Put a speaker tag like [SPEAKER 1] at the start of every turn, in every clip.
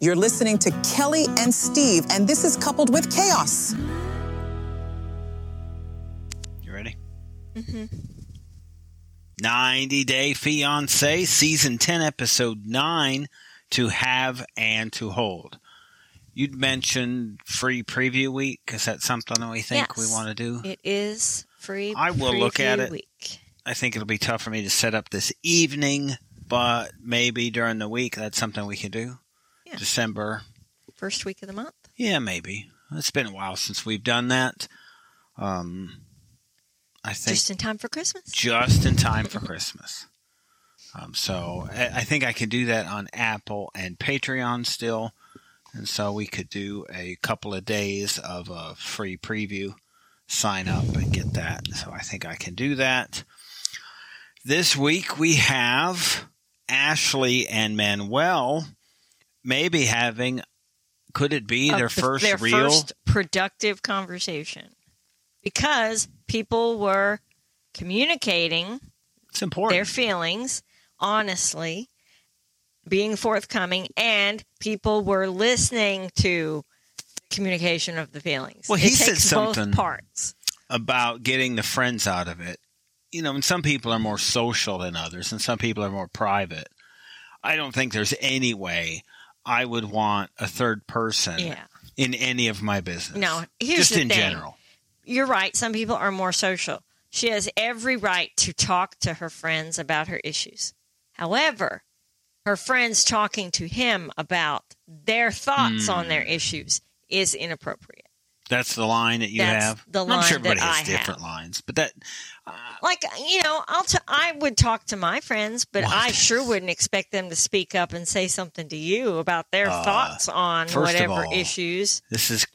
[SPEAKER 1] You're listening to Kelly and Steve, and this is coupled with chaos.
[SPEAKER 2] You ready? Mm-hmm. 90 Day Fiance, Season 10, Episode 9 To Have and To Hold. You'd mentioned free preview week. Is that something that we think we
[SPEAKER 3] Yes.
[SPEAKER 2] want to do?
[SPEAKER 3] It is free.
[SPEAKER 2] I will look at
[SPEAKER 3] preview
[SPEAKER 2] it.
[SPEAKER 3] Week.
[SPEAKER 2] I think it'll be tough for me to set up this evening, but maybe during the week, that's something we can do.
[SPEAKER 3] Yeah.
[SPEAKER 2] December.
[SPEAKER 3] First week of the month.
[SPEAKER 2] Yeah, maybe. It's been a while since we've done that. Um, I think
[SPEAKER 3] Just in time for Christmas.
[SPEAKER 2] just in time for Christmas. Um, so I, I think I can do that on Apple and Patreon still, and so we could do a couple of days of a free preview, sign up and get that. So I think I can do that. This week we have Ashley and Manuel maybe having. Could it be
[SPEAKER 3] Of
[SPEAKER 2] their
[SPEAKER 3] the-
[SPEAKER 2] first
[SPEAKER 3] their
[SPEAKER 2] real?
[SPEAKER 3] first productive conversation. Because people were communicating
[SPEAKER 2] it's important.
[SPEAKER 3] their feelings honestly, being forthcoming, and people were listening to the communication of the feelings.
[SPEAKER 2] Well, he
[SPEAKER 3] it
[SPEAKER 2] said
[SPEAKER 3] takes
[SPEAKER 2] something.
[SPEAKER 3] both parts.
[SPEAKER 2] about getting the friends out of it. You know, and some people are more social than others, and some people are more private. I don't think there's any way I would want a third person
[SPEAKER 3] Yeah.
[SPEAKER 2] in any of my business.
[SPEAKER 3] No, here's
[SPEAKER 2] just
[SPEAKER 3] the
[SPEAKER 2] in
[SPEAKER 3] thing.
[SPEAKER 2] general.
[SPEAKER 3] you're right. Some people are more social. She has every right to talk to her friends about her issues. However, her friends talking to him about their thoughts on their
[SPEAKER 2] Hmm.
[SPEAKER 3] issues is inappropriate.
[SPEAKER 2] That's the line that you
[SPEAKER 3] That's
[SPEAKER 2] have.
[SPEAKER 3] the
[SPEAKER 2] I'm sure
[SPEAKER 3] line that
[SPEAKER 2] everybody has
[SPEAKER 3] I have.
[SPEAKER 2] different lines, but that
[SPEAKER 3] Like, you know, I'll t- I would talk to my friends, but
[SPEAKER 2] What?
[SPEAKER 3] I sure wouldn't expect them to speak up and say something to you about their
[SPEAKER 2] Uh,
[SPEAKER 3] thoughts on
[SPEAKER 2] first of
[SPEAKER 3] whatever
[SPEAKER 2] all,
[SPEAKER 3] issues.
[SPEAKER 2] this is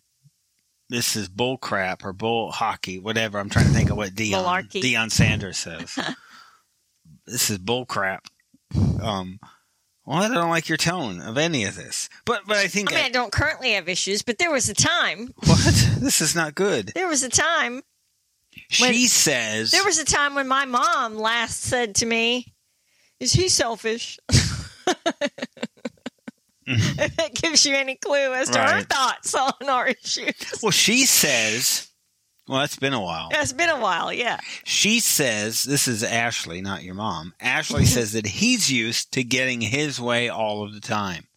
[SPEAKER 2] this is bull crap or bull hockey, whatever. I'm trying to think of what Dion
[SPEAKER 3] Malarkey.
[SPEAKER 2] Dion Sanders says. this is bull crap. Um, well, I don't like your tone of any of this, but but I think
[SPEAKER 3] I mean, I don't currently have issues, but there was a time.
[SPEAKER 2] what this is not good.
[SPEAKER 3] There was a time When-
[SPEAKER 2] she says
[SPEAKER 3] There was a time when my mom last said to me, Is he selfish? if that gives you any clue as to her
[SPEAKER 2] Right.
[SPEAKER 3] thoughts on our issues.
[SPEAKER 2] well, she says. Well, that's been a while.
[SPEAKER 3] It's been a while, yeah.
[SPEAKER 2] She says, this is Ashley, not your mom. Ashley says that he's used to getting his way all of the time.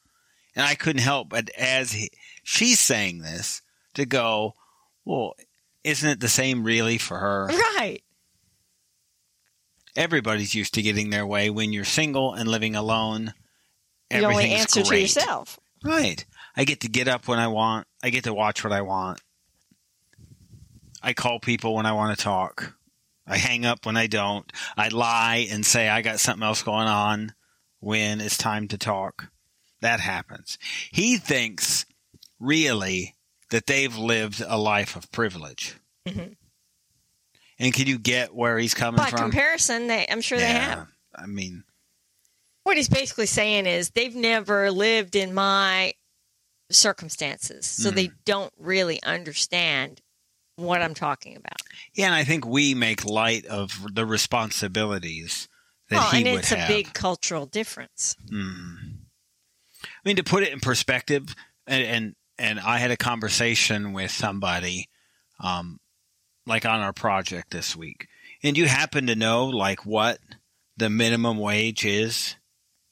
[SPEAKER 2] And I couldn't help but as he, she's saying this to go, well, isn't it the same really for her?
[SPEAKER 3] Right.
[SPEAKER 2] Everybody's used to getting their way when you're single and living alone.
[SPEAKER 3] You only
[SPEAKER 2] Everything's
[SPEAKER 3] answer to
[SPEAKER 2] great.
[SPEAKER 3] yourself.
[SPEAKER 2] Right. I get to get up when I want. I get to watch what I want. I call people when I want to talk. I hang up when I don't. I lie and say I got something else going on when it's time to talk. That happens. He thinks, really, that they've lived a life of privilege.
[SPEAKER 3] Mhm.
[SPEAKER 2] And can you get where he's coming
[SPEAKER 3] By
[SPEAKER 2] from?
[SPEAKER 3] comparison, they, I'm sure they have.
[SPEAKER 2] I mean,
[SPEAKER 3] What he's basically saying is they've never lived in my circumstances, so they
[SPEAKER 2] Mm.
[SPEAKER 3] don't really understand what I'm talking about.
[SPEAKER 2] yeah, and I think we make light of the responsibilities that
[SPEAKER 3] well,
[SPEAKER 2] he
[SPEAKER 3] Oh, and
[SPEAKER 2] would
[SPEAKER 3] it's
[SPEAKER 2] have. Mm-hmm.
[SPEAKER 3] a big cultural difference.
[SPEAKER 2] I mean, to put it in perspective, and and, and I had a conversation with somebody, um, like on our project this week, and you happen to know like what the minimum wage is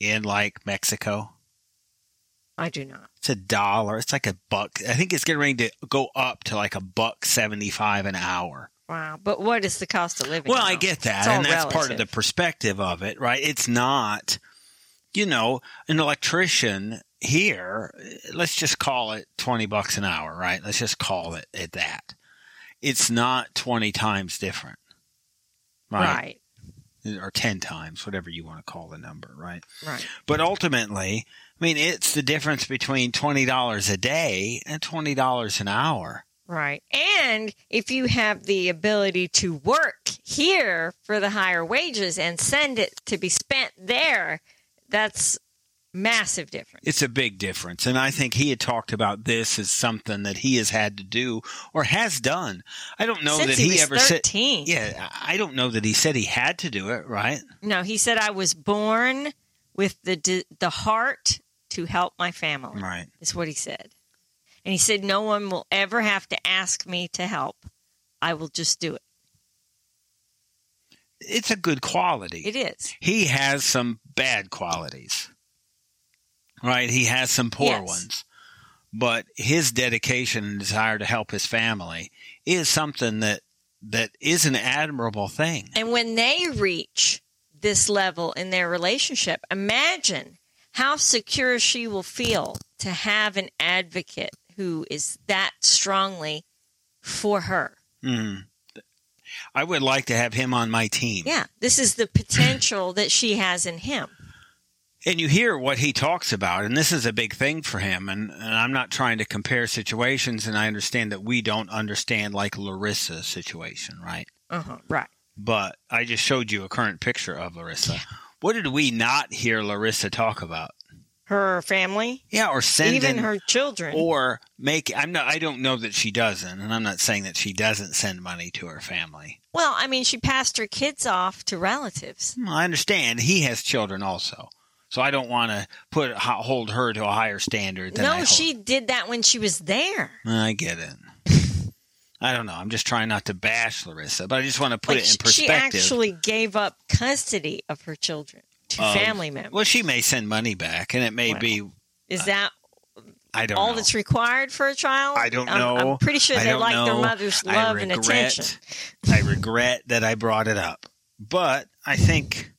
[SPEAKER 2] in like Mexico?
[SPEAKER 3] I do not.
[SPEAKER 2] It's a dollar. It's like a buck. I think it's getting ready to go up to like a buck seventy five an hour.
[SPEAKER 3] Wow. But what is the cost of living?
[SPEAKER 2] Well, I
[SPEAKER 3] now?
[SPEAKER 2] get that,
[SPEAKER 3] It's all
[SPEAKER 2] and that's part of
[SPEAKER 3] relative.
[SPEAKER 2] the perspective of it, right? It's not, you know, an electrician here. Let's just call it twenty bucks an hour, right? Let's just call it at that. It's not twenty times different, right?
[SPEAKER 3] Right.
[SPEAKER 2] Or ten times, whatever you want to call the number, right?
[SPEAKER 3] Right.
[SPEAKER 2] But ultimately, I mean, it's the difference between twenty dollars a day and twenty dollars an hour.
[SPEAKER 3] Right. And if you have the ability to work here for the higher wages and send it to be spent there, that's massive difference.
[SPEAKER 2] It's a big difference. And I think he had talked about this as something that he has had to do or has done. I don't know
[SPEAKER 3] Since
[SPEAKER 2] that
[SPEAKER 3] he
[SPEAKER 2] he,
[SPEAKER 3] was
[SPEAKER 2] ever said.
[SPEAKER 3] 13.
[SPEAKER 2] Yeah, I I don't know that he said he had to do it, right?
[SPEAKER 3] No, he said I was born with the d- the heart to help my family,
[SPEAKER 2] Right.
[SPEAKER 3] is what he said. And he said, No one will ever have to ask me to help. I will just do it.
[SPEAKER 2] It's a good quality.
[SPEAKER 3] It is.
[SPEAKER 2] he has some bad qualities, right? He has some poor
[SPEAKER 3] Yes.
[SPEAKER 2] ones, but his dedication and desire to help his family is something that that is an admirable thing.
[SPEAKER 3] And when they reach this level in their relationship, imagine how secure she will feel to have an advocate who is that strongly for her.
[SPEAKER 2] Mm. I would like to have him on my team.
[SPEAKER 3] Yeah, this is the potential that she has in him.
[SPEAKER 2] And you hear what he talks about, and this is a big thing for him. And, and I'm not trying to compare situations, and I understand that we don't understand like Larissa's situation, right?
[SPEAKER 3] Uh-huh. Right.
[SPEAKER 2] But I just showed you a current picture of Larissa. What did we not hear Larissa talk about?
[SPEAKER 3] Her family,
[SPEAKER 2] Yeah, or send
[SPEAKER 3] even
[SPEAKER 2] in-
[SPEAKER 3] her children.
[SPEAKER 2] or make. I'm not. I don't know that she doesn't, and I'm not saying that she doesn't send money to her family.
[SPEAKER 3] well, I mean, she passed her kids off to relatives.
[SPEAKER 2] Well, I understand he has children also, so I don't want to put ho- hold her to a higher standard. Than I
[SPEAKER 3] No,
[SPEAKER 2] hold-
[SPEAKER 3] she did that when she was there.
[SPEAKER 2] I get it. I don't know. I'm just trying not to bash Larissa, but I just want to put
[SPEAKER 3] like
[SPEAKER 2] it in
[SPEAKER 3] she- she
[SPEAKER 2] perspective.
[SPEAKER 3] actually gave up custody of her children to
[SPEAKER 2] of-
[SPEAKER 3] family members.
[SPEAKER 2] Well, she may send money back, and it may be.
[SPEAKER 3] Is that
[SPEAKER 2] I don't
[SPEAKER 3] all
[SPEAKER 2] know.
[SPEAKER 3] that's required for a child?
[SPEAKER 2] I don't
[SPEAKER 3] I'm-
[SPEAKER 2] know.
[SPEAKER 3] I'm pretty sure
[SPEAKER 2] I
[SPEAKER 3] they
[SPEAKER 2] don't
[SPEAKER 3] like their
[SPEAKER 2] know.
[SPEAKER 3] mother's
[SPEAKER 2] I
[SPEAKER 3] love and
[SPEAKER 2] regret-
[SPEAKER 3] attention.
[SPEAKER 2] I regret that I brought it up, but I think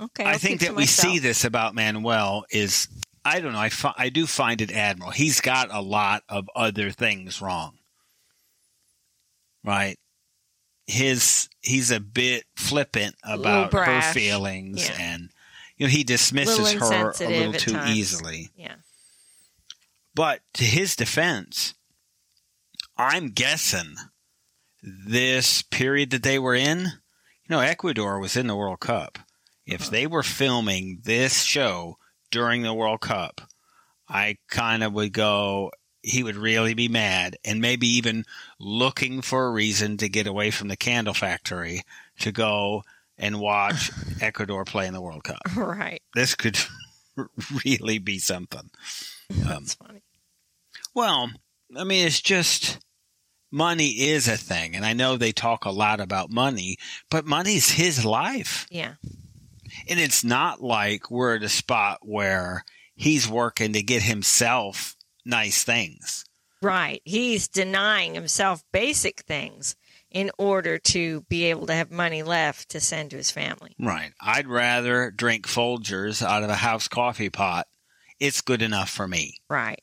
[SPEAKER 3] Okay,
[SPEAKER 2] I
[SPEAKER 3] I'll
[SPEAKER 2] think
[SPEAKER 3] keep
[SPEAKER 2] that
[SPEAKER 3] to
[SPEAKER 2] we see
[SPEAKER 3] myself.
[SPEAKER 2] this about Manuel is I don't know. I fi- I do find it admirable. He's got a lot of other things wrong, right? His he's a bit flippant
[SPEAKER 3] little
[SPEAKER 2] about her
[SPEAKER 3] brash.
[SPEAKER 2] feelings,
[SPEAKER 3] Yeah.
[SPEAKER 2] and you know he dismisses
[SPEAKER 3] Little
[SPEAKER 2] her a
[SPEAKER 3] insensitive
[SPEAKER 2] little
[SPEAKER 3] at
[SPEAKER 2] too
[SPEAKER 3] times.
[SPEAKER 2] easily.
[SPEAKER 3] Yeah.
[SPEAKER 2] But to his defense, I'm guessing this period that they were in, you know, Ecuador was in the World Cup. If they were filming this show during the World Cup, I kind of would go, he would really be mad and maybe even looking for a reason to get away from the candle factory to go and watch Ecuador play in the World Cup.
[SPEAKER 3] Right.
[SPEAKER 2] This could really be something. Um,
[SPEAKER 3] That's funny.
[SPEAKER 2] well, I mean, it's just money is a thing. And I know they talk a lot about money, but money's his life.
[SPEAKER 3] Yeah.
[SPEAKER 2] And it's not like we're at a spot where he's working to get himself nice things.
[SPEAKER 3] Right. He's denying himself basic things in order to be able to have money left to send to his family.
[SPEAKER 2] Right. I'd rather drink Folgers out of a house coffee pot. It's good enough for me.
[SPEAKER 3] Right.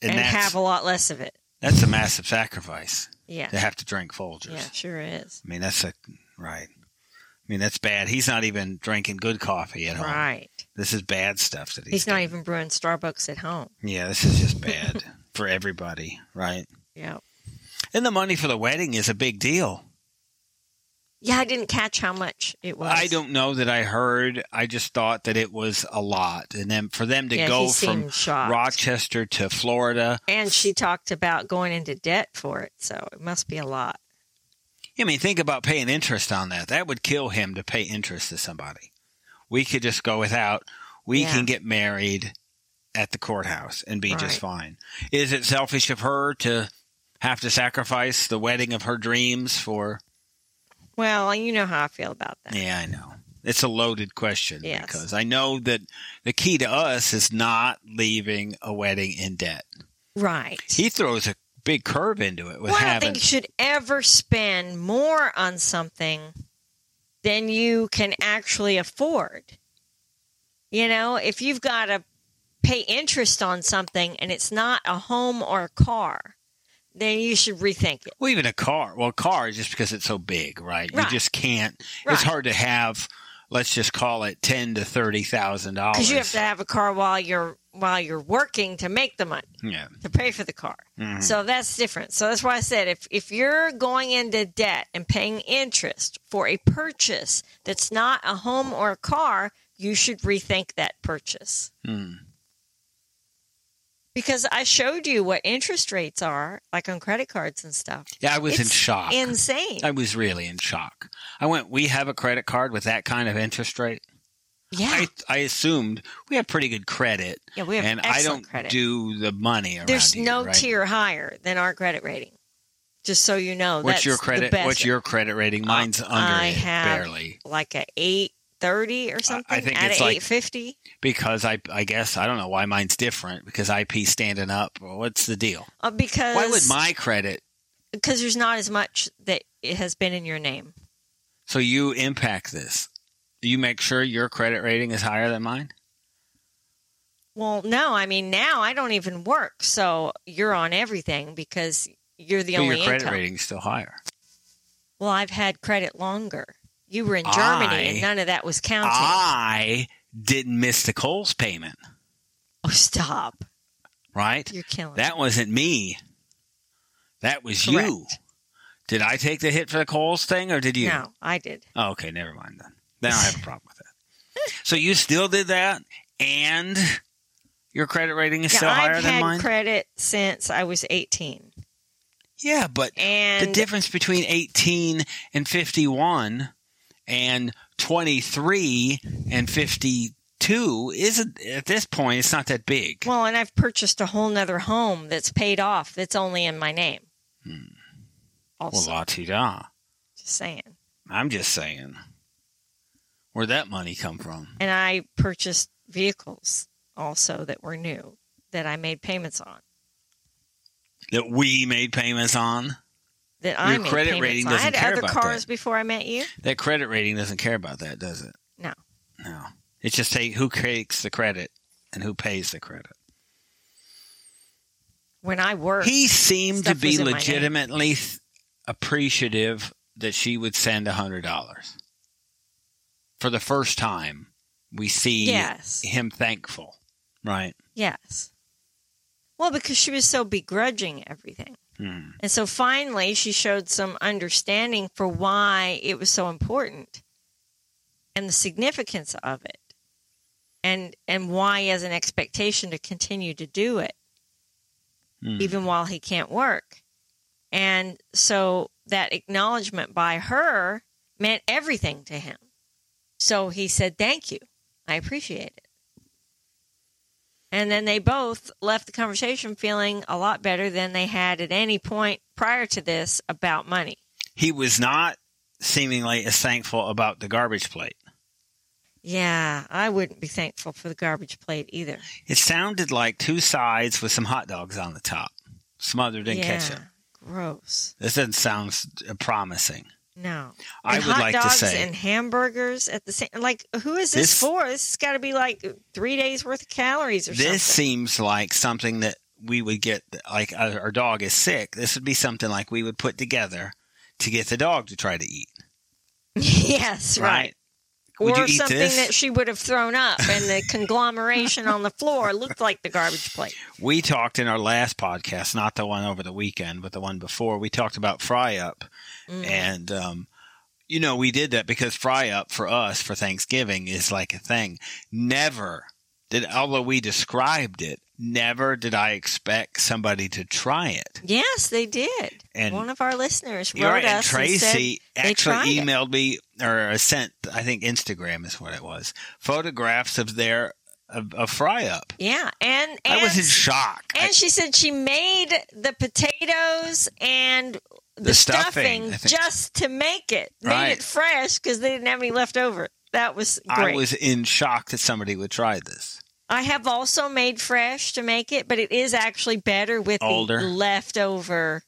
[SPEAKER 2] And,
[SPEAKER 3] and
[SPEAKER 2] that's,
[SPEAKER 3] have a lot less of it.
[SPEAKER 2] that's a massive sacrifice
[SPEAKER 3] Yeah.
[SPEAKER 2] to have to drink Folgers.
[SPEAKER 3] Yeah, sure is.
[SPEAKER 2] I mean, that's a, right. I mean, that's bad. He's not even drinking good coffee at home.
[SPEAKER 3] Right.
[SPEAKER 2] This is bad stuff that he's,
[SPEAKER 3] He's not
[SPEAKER 2] doing.
[SPEAKER 3] even brewing Starbucks at home.
[SPEAKER 2] Yeah, this is just bad for everybody, right?
[SPEAKER 3] Yeah.
[SPEAKER 2] And the money for the wedding is a big deal.
[SPEAKER 3] Yeah, I didn't catch how much it was.
[SPEAKER 2] I don't know that I heard. I just thought that it was a lot, and then for them to
[SPEAKER 3] yeah,
[SPEAKER 2] go from
[SPEAKER 3] he seemed shocked.
[SPEAKER 2] Rochester to Florida.
[SPEAKER 3] And she talked about going into debt for it, so it must be a lot.
[SPEAKER 2] I mean, think about paying interest on that. That would kill him to pay interest to somebody. We could just go without. We
[SPEAKER 3] Yeah.
[SPEAKER 2] can get married at the courthouse and be
[SPEAKER 3] Right.
[SPEAKER 2] just fine. Is it selfish of her to have to sacrifice the wedding of her dreams for
[SPEAKER 3] Well, you know how I feel about that.
[SPEAKER 2] Yeah, I know. It's a loaded question
[SPEAKER 3] Yes.
[SPEAKER 2] because I know that the key to us is not leaving a wedding in debt.
[SPEAKER 3] Right.
[SPEAKER 2] He throws a big curve into it with
[SPEAKER 3] well, I don't
[SPEAKER 2] having
[SPEAKER 3] think you should ever spend more on something than you can actually afford. You know, if you've got to pay interest on something and it's not a home or a car, then you should rethink it.
[SPEAKER 2] well, even a car. Well, a car is just because it's so big, right?
[SPEAKER 3] Right.
[SPEAKER 2] You just can't.
[SPEAKER 3] Right.
[SPEAKER 2] It's hard to have. Let's just call it ten to thirty thousand dollars.
[SPEAKER 3] Because you have to have a car while you're while you're working to make the money
[SPEAKER 2] Yeah.
[SPEAKER 3] to pay for the car.
[SPEAKER 2] Mhm.
[SPEAKER 3] So that's different. So that's why I said if if you're going into debt and paying interest for a purchase that's not a home or a car, you should rethink that purchase.
[SPEAKER 2] Hmm.
[SPEAKER 3] Because I showed you what interest rates are, like on credit cards and stuff.
[SPEAKER 2] Yeah, I was in
[SPEAKER 3] It's
[SPEAKER 2] shock.
[SPEAKER 3] Insane.
[SPEAKER 2] I was really in shock. I went. We have a credit card with that kind of interest rate.
[SPEAKER 3] Yeah.
[SPEAKER 2] I, I assumed we have pretty good credit.
[SPEAKER 3] Yeah, we have
[SPEAKER 2] and I
[SPEAKER 3] excellent
[SPEAKER 2] don't
[SPEAKER 3] credit.
[SPEAKER 2] do the money around
[SPEAKER 3] There's
[SPEAKER 2] here,
[SPEAKER 3] no
[SPEAKER 2] right?
[SPEAKER 3] tier higher than our credit rating. Just so you know,
[SPEAKER 2] What's
[SPEAKER 3] that's
[SPEAKER 2] your
[SPEAKER 3] the
[SPEAKER 2] credit?
[SPEAKER 3] best.
[SPEAKER 2] What's your credit rating? Mine's under
[SPEAKER 3] I
[SPEAKER 2] it,
[SPEAKER 3] have
[SPEAKER 2] barely
[SPEAKER 3] like a eight thirty or something.
[SPEAKER 2] think
[SPEAKER 3] out
[SPEAKER 2] it's
[SPEAKER 3] of
[SPEAKER 2] like-
[SPEAKER 3] eight fifty.
[SPEAKER 2] because I I guess I don't know why mine's different because IP standing up. well, What's the deal?
[SPEAKER 3] Uh, because
[SPEAKER 2] Why would my credit?
[SPEAKER 3] because there's not as much that it has been in your name.
[SPEAKER 2] So you impact this. You make sure your credit rating is higher than mine.
[SPEAKER 3] Well, no, I mean now I don't even work, so you're on everything because you're the
[SPEAKER 2] but
[SPEAKER 3] only
[SPEAKER 2] your credit
[SPEAKER 3] income.
[SPEAKER 2] rating's still higher.
[SPEAKER 3] Well, I've had credit longer. You were in Germany,
[SPEAKER 2] I- Ah.
[SPEAKER 3] and none of that was counted.
[SPEAKER 2] I didn't miss the Coles payment,
[SPEAKER 3] oh, stop!
[SPEAKER 2] right?
[SPEAKER 3] You're killing me.
[SPEAKER 2] That wasn't me. That was you.
[SPEAKER 3] Correct.
[SPEAKER 2] Did I take the hit for the Coles thing, or did you?
[SPEAKER 3] No, I did.
[SPEAKER 2] Oh, okay, never mind then. Then I have a problem with that. So you still did that, and your credit rating is
[SPEAKER 3] Yeah,
[SPEAKER 2] still higher
[SPEAKER 3] I've
[SPEAKER 2] than
[SPEAKER 3] had
[SPEAKER 2] mine.
[SPEAKER 3] credit since I was 18,
[SPEAKER 2] yeah, but the
[SPEAKER 3] and
[SPEAKER 2] difference between eighteen and fifty-one, and twenty-three and fifty-two isn't at this point. It's not that big.
[SPEAKER 3] well, and I've purchased a whole nother home that's paid off. That's only in my name.
[SPEAKER 2] Hmm. Well,
[SPEAKER 3] Also,
[SPEAKER 2] la ti da.
[SPEAKER 3] just saying.
[SPEAKER 2] I'm just saying. Where'd that money come from?
[SPEAKER 3] and I purchased vehicles also that were new that I made payments on.
[SPEAKER 2] That we made payments on.
[SPEAKER 3] That I
[SPEAKER 2] Your
[SPEAKER 3] made
[SPEAKER 2] credit
[SPEAKER 3] payments
[SPEAKER 2] rating
[SPEAKER 3] on. I had
[SPEAKER 2] doesn't care
[SPEAKER 3] other
[SPEAKER 2] about
[SPEAKER 3] cars
[SPEAKER 2] that.
[SPEAKER 3] before I met you.
[SPEAKER 2] That credit rating doesn't care about that, does it?
[SPEAKER 3] No.
[SPEAKER 2] No. It's just take who takes the credit and who pays the credit.
[SPEAKER 3] When I worked,
[SPEAKER 2] He seemed to
[SPEAKER 3] Stuff was
[SPEAKER 2] be
[SPEAKER 3] in my name.
[SPEAKER 2] legitimately th- appreciative that she would send a hundred dollars. For the first time, we see
[SPEAKER 3] yes,
[SPEAKER 2] him thankful, right?
[SPEAKER 3] yes. Well, because she was so begrudging everything,
[SPEAKER 2] Hmm.
[SPEAKER 3] and so finally she showed some understanding for why it was so important and the significance of it, and and why as an expectation to continue to do it.
[SPEAKER 2] Hmm.
[SPEAKER 3] even while he can't work. And so that acknowledgement by her meant everything to him. So he said, Thank you. I appreciate it. And then they both left the conversation feeling a lot better than they had at any point prior to this about money.
[SPEAKER 2] He was not seemingly as thankful about the garbage plate.
[SPEAKER 3] Yeah, I wouldn't be thankful for the garbage plate either.
[SPEAKER 2] It sounded like two sides with some hot dogs on the top, smothered in
[SPEAKER 3] yeah,
[SPEAKER 2] ketchup.
[SPEAKER 3] Gross.
[SPEAKER 2] This doesn't sound s- uh, promising.
[SPEAKER 3] No.
[SPEAKER 2] I
[SPEAKER 3] and
[SPEAKER 2] would
[SPEAKER 3] hot
[SPEAKER 2] like to
[SPEAKER 3] dogs
[SPEAKER 2] say
[SPEAKER 3] and hamburgers at the same like who is this,
[SPEAKER 2] This-
[SPEAKER 3] for this has got to be like three days worth of calories or
[SPEAKER 2] this
[SPEAKER 3] something
[SPEAKER 2] seems like something that we would get. Like uh, our dog is sick. This would be something like we would put together to get the dog to try to eat.
[SPEAKER 3] yes right,
[SPEAKER 2] Would
[SPEAKER 3] or
[SPEAKER 2] you eat
[SPEAKER 3] something
[SPEAKER 2] this?
[SPEAKER 3] that she would have thrown up and the conglomeration on the floor looked like the garbage plate
[SPEAKER 2] We talked in our last podcast, not the one over the weekend, but the one before. We talked about fry up,
[SPEAKER 3] Mm.
[SPEAKER 2] and um, you know we did that because fry up for us for Thanksgiving is like a thing. Never did, although we described it, never did I expect somebody to try it.
[SPEAKER 3] yes they did
[SPEAKER 2] And-
[SPEAKER 3] one of our listeners wrote
[SPEAKER 2] You're right, and
[SPEAKER 3] us
[SPEAKER 2] Tracy
[SPEAKER 3] they tried
[SPEAKER 2] actually
[SPEAKER 3] it.
[SPEAKER 2] emailed me or uh, sent, I think Instagram is what it was, photographs of their of, of fry up.
[SPEAKER 3] and said, yeah and, and
[SPEAKER 2] I was in shock. I-
[SPEAKER 3] and she said she made the potatoes and the,
[SPEAKER 2] The
[SPEAKER 3] stuffing,
[SPEAKER 2] stuffing, I think.
[SPEAKER 3] just to make it, made
[SPEAKER 2] Right.
[SPEAKER 3] it fresh because they didn't have any left over. That was
[SPEAKER 2] I
[SPEAKER 3] great. I,
[SPEAKER 2] was in shock that somebody would try this.
[SPEAKER 3] have also made fresh to make it, but it is actually better with
[SPEAKER 2] Older.
[SPEAKER 3] the leftover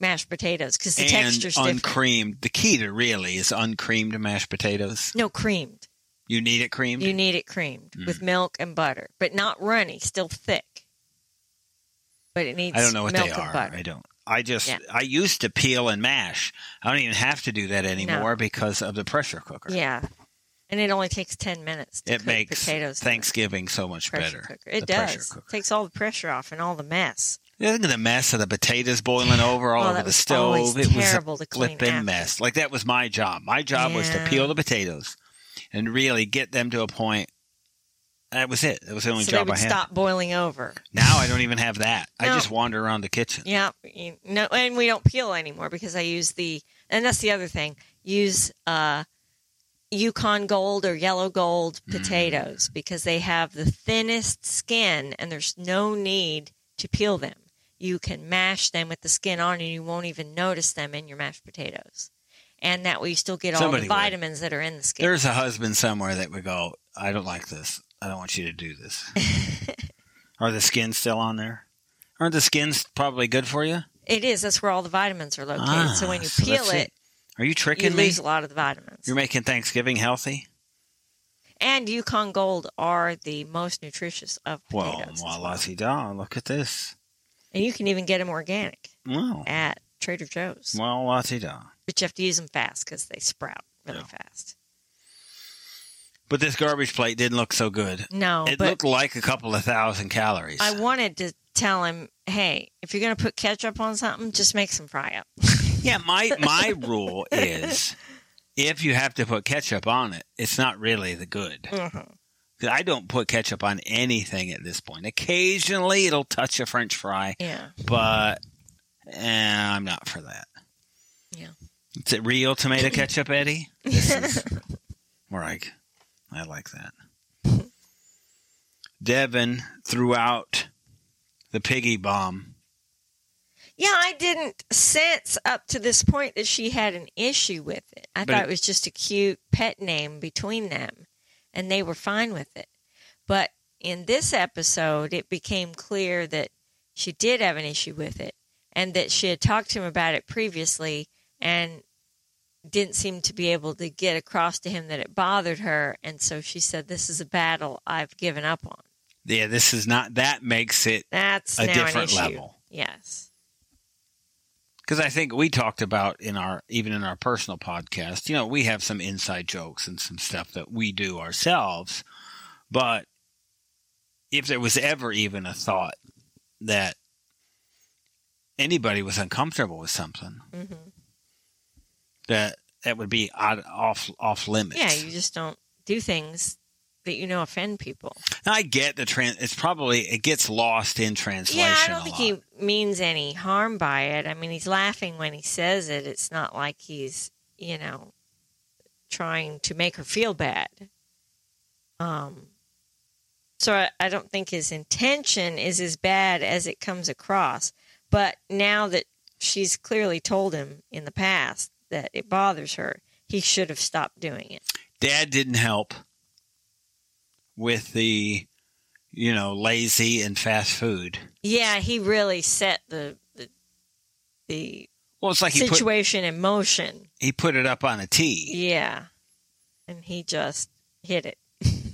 [SPEAKER 3] mashed potatoes because the
[SPEAKER 2] and
[SPEAKER 3] texture's different.
[SPEAKER 2] uncreamed. The key to really is uncreamed mashed potatoes.
[SPEAKER 3] no, creamed.
[SPEAKER 2] You need it creamed. Hmm.
[SPEAKER 3] You need it creamed with milk and butter, but not runny, still thick. But it needs
[SPEAKER 2] I don't know what
[SPEAKER 3] milk
[SPEAKER 2] they
[SPEAKER 3] and
[SPEAKER 2] are.
[SPEAKER 3] butter.
[SPEAKER 2] I don't. I just
[SPEAKER 3] Yeah.
[SPEAKER 2] I used to peel and mash. I don't even have to do that anymore because of the pressure cooker.
[SPEAKER 3] Yeah. And it only takes 10 minutes to
[SPEAKER 2] It
[SPEAKER 3] cook
[SPEAKER 2] makes
[SPEAKER 3] potatoes. in a
[SPEAKER 2] Thanksgiving so much
[SPEAKER 3] pressure
[SPEAKER 2] better.
[SPEAKER 3] cooker.
[SPEAKER 2] The
[SPEAKER 3] It
[SPEAKER 2] pressure
[SPEAKER 3] does.
[SPEAKER 2] cooker.
[SPEAKER 3] Takes all the pressure off and all the mess.
[SPEAKER 2] Yeah, Look at the mess of the potatoes boiling over all
[SPEAKER 3] Oh,
[SPEAKER 2] over
[SPEAKER 3] that
[SPEAKER 2] the
[SPEAKER 3] was
[SPEAKER 2] stove.
[SPEAKER 3] always
[SPEAKER 2] It was a
[SPEAKER 3] terrible to clean
[SPEAKER 2] flipping
[SPEAKER 3] after.
[SPEAKER 2] mess. Like that was my job. My job was to
[SPEAKER 3] Yeah.
[SPEAKER 2] peel the potatoes and really get them to a point. That was it. That was the only
[SPEAKER 3] so they
[SPEAKER 2] job
[SPEAKER 3] would
[SPEAKER 2] I had.
[SPEAKER 3] stop boiling over.
[SPEAKER 2] Now I don't even have that. I
[SPEAKER 3] No.
[SPEAKER 2] just wander around the kitchen.
[SPEAKER 3] Yeah. you- No, and we don't peel anymore because I use the, and that's the other thing. Use uh, Yukon gold or yellow gold
[SPEAKER 2] Mm.
[SPEAKER 3] potatoes because they have the thinnest skin and there's no need to peel them. You can mash them with the skin on and you won't even notice them in your mashed potatoes. And that way you still get all
[SPEAKER 2] Somebody
[SPEAKER 3] the
[SPEAKER 2] would.
[SPEAKER 3] vitamins that are in the skin.
[SPEAKER 2] There's a husband somewhere that would go, I don't like this. I don't want you to do this. Are the skins still on there? Aren't the skins probably good for you?
[SPEAKER 3] it is. That's where all the vitamins are located.
[SPEAKER 2] Ah,
[SPEAKER 3] so when you
[SPEAKER 2] so
[SPEAKER 3] peel
[SPEAKER 2] that's
[SPEAKER 3] it,
[SPEAKER 2] it. Are you
[SPEAKER 3] you
[SPEAKER 2] tricking me?
[SPEAKER 3] lose a lot of the vitamins.
[SPEAKER 2] You're making Thanksgiving healthy?
[SPEAKER 3] and Yukon Gold are the most nutritious of
[SPEAKER 2] Well,
[SPEAKER 3] potatoes. as well.
[SPEAKER 2] la si da. Look at this.
[SPEAKER 3] And you can even get them organic
[SPEAKER 2] Wow.
[SPEAKER 3] at Trader Joe's.
[SPEAKER 2] Well, la si da.
[SPEAKER 3] But you have to use them fast because they sprout really
[SPEAKER 2] Yeah.
[SPEAKER 3] fast.
[SPEAKER 2] But this garbage plate didn't look so good.
[SPEAKER 3] No,
[SPEAKER 2] It
[SPEAKER 3] but
[SPEAKER 2] looked like a couple of thousand calories.
[SPEAKER 3] I wanted to tell him, hey, if you're going to put ketchup on something, just make some fry up.
[SPEAKER 2] yeah, my my rule is if you have to put ketchup on it, it's not really the good.
[SPEAKER 3] Mhm.
[SPEAKER 2] I don't put ketchup on anything at this point. Occasionally, it'll touch a French fry,
[SPEAKER 3] Yeah.
[SPEAKER 2] but eh, I'm not for that.
[SPEAKER 3] Yeah.
[SPEAKER 2] Is it real tomato ketchup, Eddie? This is more like I like that. Devin threw out the piggy bomb.
[SPEAKER 3] Yeah, I didn't sense up to this point that she had an issue with it. I
[SPEAKER 2] But
[SPEAKER 3] thought
[SPEAKER 2] it-
[SPEAKER 3] it was just a cute pet name between them, and they were fine with it. But in this episode, it became clear that she did have an issue with it and that she had talked to him about it previously and didn't seem to be able to get across to him that it bothered her. And so she said, This is a battle I've given up on.
[SPEAKER 2] Yeah, this is not. That makes it
[SPEAKER 3] That's
[SPEAKER 2] A
[SPEAKER 3] now an
[SPEAKER 2] different
[SPEAKER 3] issue.
[SPEAKER 2] level.
[SPEAKER 3] Yes.
[SPEAKER 2] because I think we talked about in our even in our personal podcast, you know, we have some inside jokes and some stuff that we do ourselves. But if there was ever even a thought that anybody was uncomfortable with something,
[SPEAKER 3] hmm
[SPEAKER 2] that that would be out, off off limits.
[SPEAKER 3] Yeah, you just don't do things that you know offend people.
[SPEAKER 2] Now, I get the trans. It's probably it gets lost in translation.
[SPEAKER 3] Yeah, I
[SPEAKER 2] a
[SPEAKER 3] don't think
[SPEAKER 2] lot.
[SPEAKER 3] he means any harm by it. I mean, he's laughing when he says it. It's not like he's, you know, trying to make her feel bad. Um, so I, I don't think his intention is as bad as it comes across. But now that she's clearly told him in the past that it bothers her, he should have stopped doing it.
[SPEAKER 2] dad didn't help with the you know lazy and fast food
[SPEAKER 3] Yeah, he really set the the, the
[SPEAKER 2] well it's like he put,
[SPEAKER 3] situation in motion.
[SPEAKER 2] he put it up on a tee
[SPEAKER 3] Yeah, and he just hit it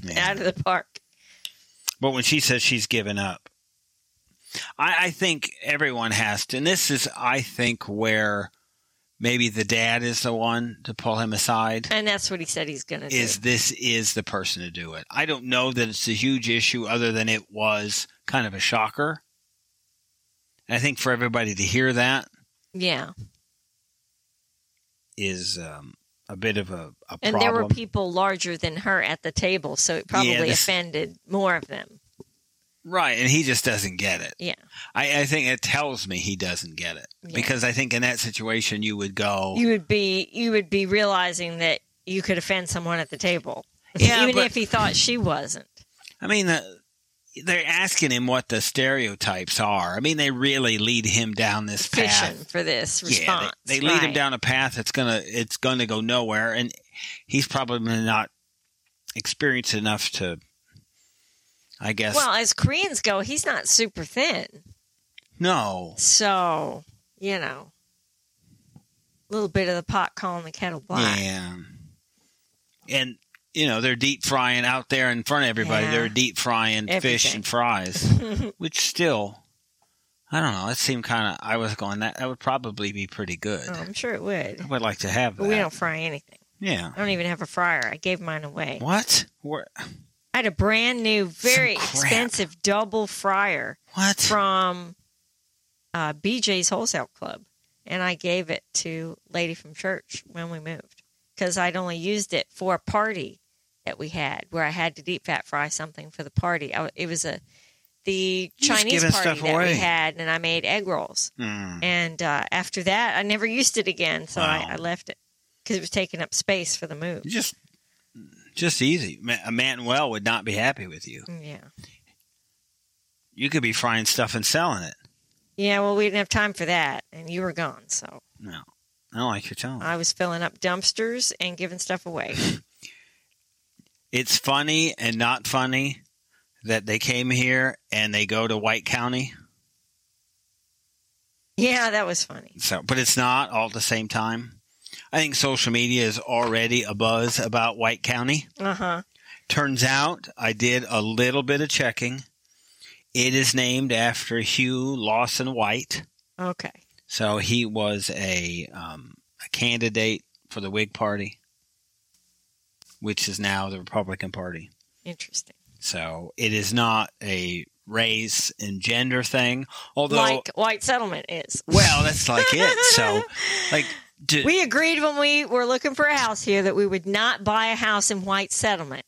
[SPEAKER 2] Yeah.
[SPEAKER 3] out of the park.
[SPEAKER 2] but when she says she's given up I, I think everyone has to and this is i think where maybe the dad is the one to pull him aside
[SPEAKER 3] And that's what he said he's going to do.
[SPEAKER 2] is this is the person to do it i don't know that it's a huge issue other than it was kind of a shocker i think for everybody to hear that
[SPEAKER 3] Yeah,
[SPEAKER 2] is um, a bit of a, a
[SPEAKER 3] and
[SPEAKER 2] problem.
[SPEAKER 3] there were people larger than her at the table, so it probably
[SPEAKER 2] this-
[SPEAKER 3] offended more of them.
[SPEAKER 2] right, and he just doesn't get it.
[SPEAKER 3] Yeah,
[SPEAKER 2] I, I think it tells me he doesn't get it
[SPEAKER 3] Yeah.
[SPEAKER 2] because I think in that situation you would go,
[SPEAKER 3] you would be you would be realizing that you could offend someone at the table,
[SPEAKER 2] Yeah,
[SPEAKER 3] even
[SPEAKER 2] but-
[SPEAKER 3] if he thought she wasn't.
[SPEAKER 2] I mean, the, they're asking him what the stereotypes are. I mean, they really lead him down this
[SPEAKER 3] Fishing
[SPEAKER 2] path.
[SPEAKER 3] for this
[SPEAKER 2] Yeah,
[SPEAKER 3] response.
[SPEAKER 2] they, they lead him
[SPEAKER 3] right.
[SPEAKER 2] down a path that's gonna it's gonna go nowhere, and he's probably not experienced enough to, I guess.
[SPEAKER 3] Well, as Koreans go, he's not super thin.
[SPEAKER 2] no,
[SPEAKER 3] So, you know, a little bit of the pot calling the kettle black.
[SPEAKER 2] Yeah. And you know, they're deep frying out there in front of everybody.
[SPEAKER 3] Yeah.
[SPEAKER 2] They're deep frying fish
[SPEAKER 3] Everything.
[SPEAKER 2] and fries, which still I don't know, that seemed kind of I was going that that would probably be pretty good.
[SPEAKER 3] Oh, I'm sure it would.
[SPEAKER 2] I would like to have that.
[SPEAKER 3] But we don't fry anything.
[SPEAKER 2] yeah.
[SPEAKER 3] I don't even have a fryer. I gave mine away.
[SPEAKER 2] What? Where,
[SPEAKER 3] I had a brand new, very
[SPEAKER 2] Some crap.
[SPEAKER 3] expensive double fryer
[SPEAKER 2] what?
[SPEAKER 3] from uh, BJ's Wholesale Club. And I gave it to Lady from Church when we moved because I'd only used it for a party that we had where I had to deep fat fry something for the party. I, it was a the
[SPEAKER 2] You're just
[SPEAKER 3] Chinese
[SPEAKER 2] giving
[SPEAKER 3] party
[SPEAKER 2] stuff
[SPEAKER 3] that
[SPEAKER 2] away.
[SPEAKER 3] we had, and I made egg rolls.
[SPEAKER 2] Hmm.
[SPEAKER 3] And uh, after that, I never used it again, so
[SPEAKER 2] Wow.
[SPEAKER 3] I, I left it because it was taking up space for the move.
[SPEAKER 2] You just Just easy. Ma- Manuel would not be happy with you.
[SPEAKER 3] Mm, Yeah.
[SPEAKER 2] You could be frying stuff and selling it.
[SPEAKER 3] Yeah, well, we didn't have time for that, and you were gone, so
[SPEAKER 2] No, not like you're telling. me.
[SPEAKER 3] I was filling up dumpsters and giving stuff away.
[SPEAKER 2] it's funny and not funny that they came here and they go to White County.
[SPEAKER 3] yeah, that was funny.
[SPEAKER 2] So, but it's not all at the same time. I think social media is already a buzz about White County.
[SPEAKER 3] Uh huh.
[SPEAKER 2] Turns out I did a little bit of checking. It is named after Hugh Lawson White.
[SPEAKER 3] Okay.
[SPEAKER 2] So he was a um, a candidate for the Whig Party, which is now the Republican Party.
[SPEAKER 3] Interesting.
[SPEAKER 2] So it is not a race and gender thing, although
[SPEAKER 3] like white settlement is.
[SPEAKER 2] well, that's like it. So like do,
[SPEAKER 3] We agreed when we were looking for a house here that we would not buy a house in white settlement.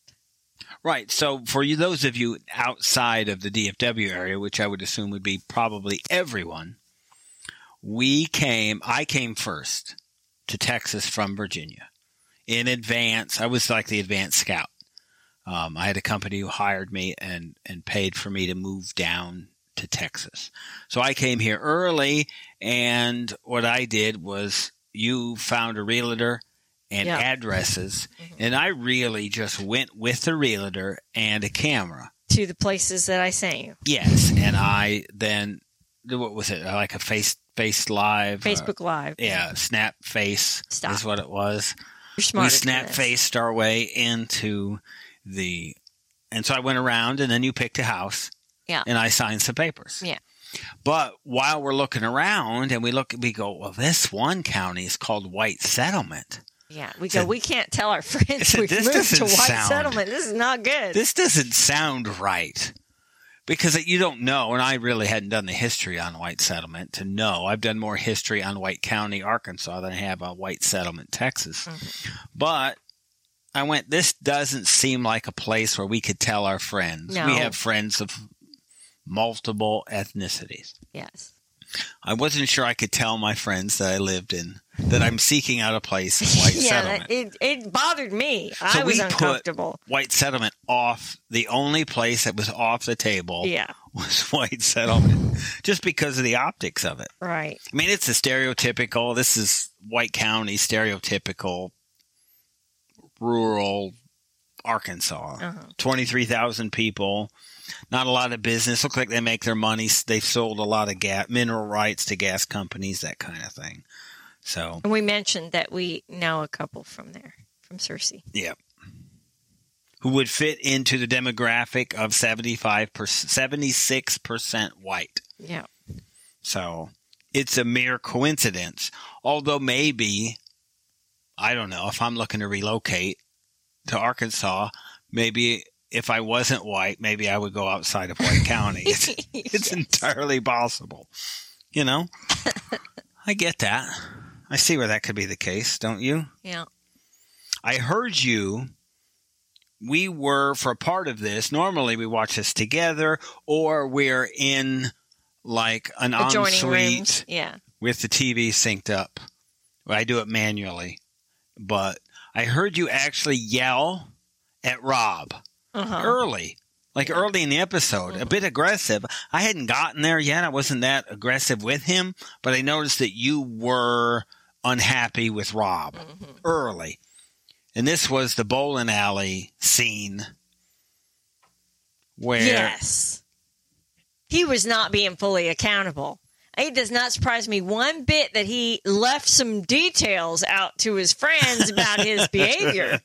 [SPEAKER 2] right. So for you, those of you outside of the DFW area, which I would assume would be probably everyone, we came. I came first to Texas from Virginia in advance. I was like the advanced scout. Um, I had a company who hired me and and paid for me to move down to Texas. So I came here early, and what I did was you found a realtor and
[SPEAKER 3] Yeah. Mm-hmm.
[SPEAKER 2] addresses, and I really just went with the realtor and a camera.
[SPEAKER 3] To the places that I sent you,
[SPEAKER 2] Yes, and I then what was it like a face face live uh,
[SPEAKER 3] Facebook Live.
[SPEAKER 2] yeah, snap face
[SPEAKER 3] Stop.
[SPEAKER 2] is what it was.
[SPEAKER 3] you're smart.
[SPEAKER 2] we snap faced our way into the, and so I went around, and then you picked a house.
[SPEAKER 3] Yeah.
[SPEAKER 2] And I signed some papers.
[SPEAKER 3] Yeah.
[SPEAKER 2] But while we're looking around, and we look, we go, well, this one county is called White Settlement.
[SPEAKER 3] Yeah, we go.
[SPEAKER 2] Said-
[SPEAKER 3] we can't tell our friends
[SPEAKER 2] said,
[SPEAKER 3] we've
[SPEAKER 2] "This
[SPEAKER 3] moved to
[SPEAKER 2] doesn't
[SPEAKER 3] white
[SPEAKER 2] sound-
[SPEAKER 3] settlement. This is not good.
[SPEAKER 2] This doesn't sound right. Because you don't know, and I really hadn't done the history on White Settlement to know. I've done more history on White County, Arkansas, than I have on White Settlement, Texas.
[SPEAKER 3] Mm-hmm.
[SPEAKER 2] But I went, this doesn't seem like a place where we could tell our friends.
[SPEAKER 3] No.
[SPEAKER 2] We have friends of multiple ethnicities.
[SPEAKER 3] yes.
[SPEAKER 2] I wasn't sure I could tell my friends that I lived in, that I'm seeking out a place in White
[SPEAKER 3] yeah,
[SPEAKER 2] Settlement.
[SPEAKER 3] that- it it bothered me.
[SPEAKER 2] So
[SPEAKER 3] I was
[SPEAKER 2] we put-
[SPEAKER 3] uncomfortable.
[SPEAKER 2] White Settlement off, the only place that was off the table
[SPEAKER 3] yeah,
[SPEAKER 2] was White Settlement, just because of the optics of it.
[SPEAKER 3] right.
[SPEAKER 2] I mean, it's a stereotypical. This is White County stereotypical rural Arkansas.
[SPEAKER 3] Uh-huh.
[SPEAKER 2] Twenty-three thousand people. Not a lot of business. Looks like they make their money. They've sold a lot of gas, mineral rights to gas companies, that kind of thing. So,
[SPEAKER 3] And we mentioned that we know a couple from there, from Cersei.
[SPEAKER 2] yeah. Who would fit into the demographic of 75 76% white?
[SPEAKER 3] Yeah,
[SPEAKER 2] So it's a mere coincidence. Although maybe, I don't know, if I'm looking to relocate to Arkansas, maybe if I wasn't white, maybe I would go outside of White County. It's, it's entirely possible. You know, I get that. I see where that could be the case, don't you?
[SPEAKER 3] yeah.
[SPEAKER 2] I heard you. We were for a part of this. Normally, we watch this together, or we're in like an
[SPEAKER 3] Adjoining
[SPEAKER 2] ensuite
[SPEAKER 3] rooms. Yeah,
[SPEAKER 2] with the TV synced up. Well, I do it manually, but I heard you actually yell at Rob
[SPEAKER 3] uh-huh.
[SPEAKER 2] early, like early in the episode, a bit aggressive. I hadn't gotten there yet. I wasn't that aggressive with him, but I noticed that you were unhappy with Rob
[SPEAKER 3] Mm-hmm.
[SPEAKER 2] early. And this was the bowling alley scene where
[SPEAKER 3] Yes. He was not being fully accountable. It does not surprise me one bit that he left some details out to his friends about his behavior,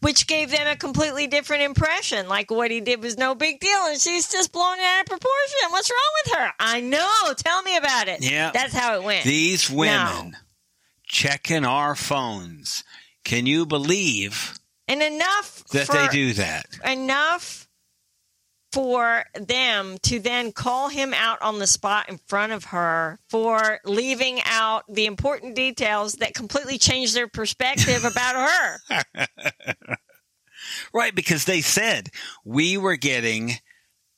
[SPEAKER 3] which gave them a completely different impression. Like what he did was no big deal, and she's just blown it out of proportion. What's wrong with her? I know. Tell me about it.
[SPEAKER 2] Yeah.
[SPEAKER 3] That's how it went.
[SPEAKER 2] these women checking our phones. Can you believe
[SPEAKER 3] and enough
[SPEAKER 2] that
[SPEAKER 3] for-
[SPEAKER 2] they do that?
[SPEAKER 3] enough for them to then call him out on the spot in front of her for leaving out the important details that completely changed their perspective about her.
[SPEAKER 2] Right, because they said we were getting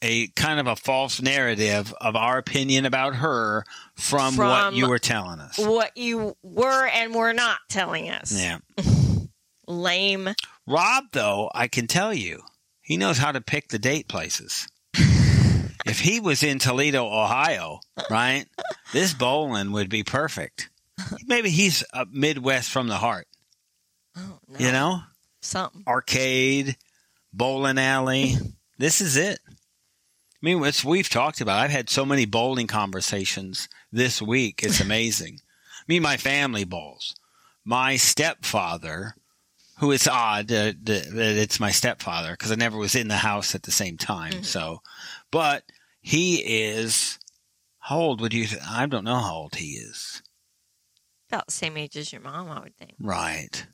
[SPEAKER 2] a kind of a false narrative of our opinion about her from, what
[SPEAKER 3] From-
[SPEAKER 2] you were telling us.
[SPEAKER 3] What you were and were not telling us.
[SPEAKER 2] Yeah.
[SPEAKER 3] Lame.
[SPEAKER 2] Rob, though, I can tell you, he knows how to pick the date places. if he was in Toledo, Ohio, right, this bowling would be perfect. Maybe he's uh, Midwest from the heart,
[SPEAKER 3] Oh, no.
[SPEAKER 2] you know?
[SPEAKER 3] Something.
[SPEAKER 2] Arcade, bowling alley. This is it. I mean, it's, we've talked about. I've had so many bowling conversations this week. It's amazing. Me and my family bowls. My stepfather, who it's odd uh, that that it's my stepfather because I never was in the house at the same time. So, but he is how old would you? Th- I don't know how old he is.
[SPEAKER 3] About the same age as your mom, I would think.
[SPEAKER 2] Right.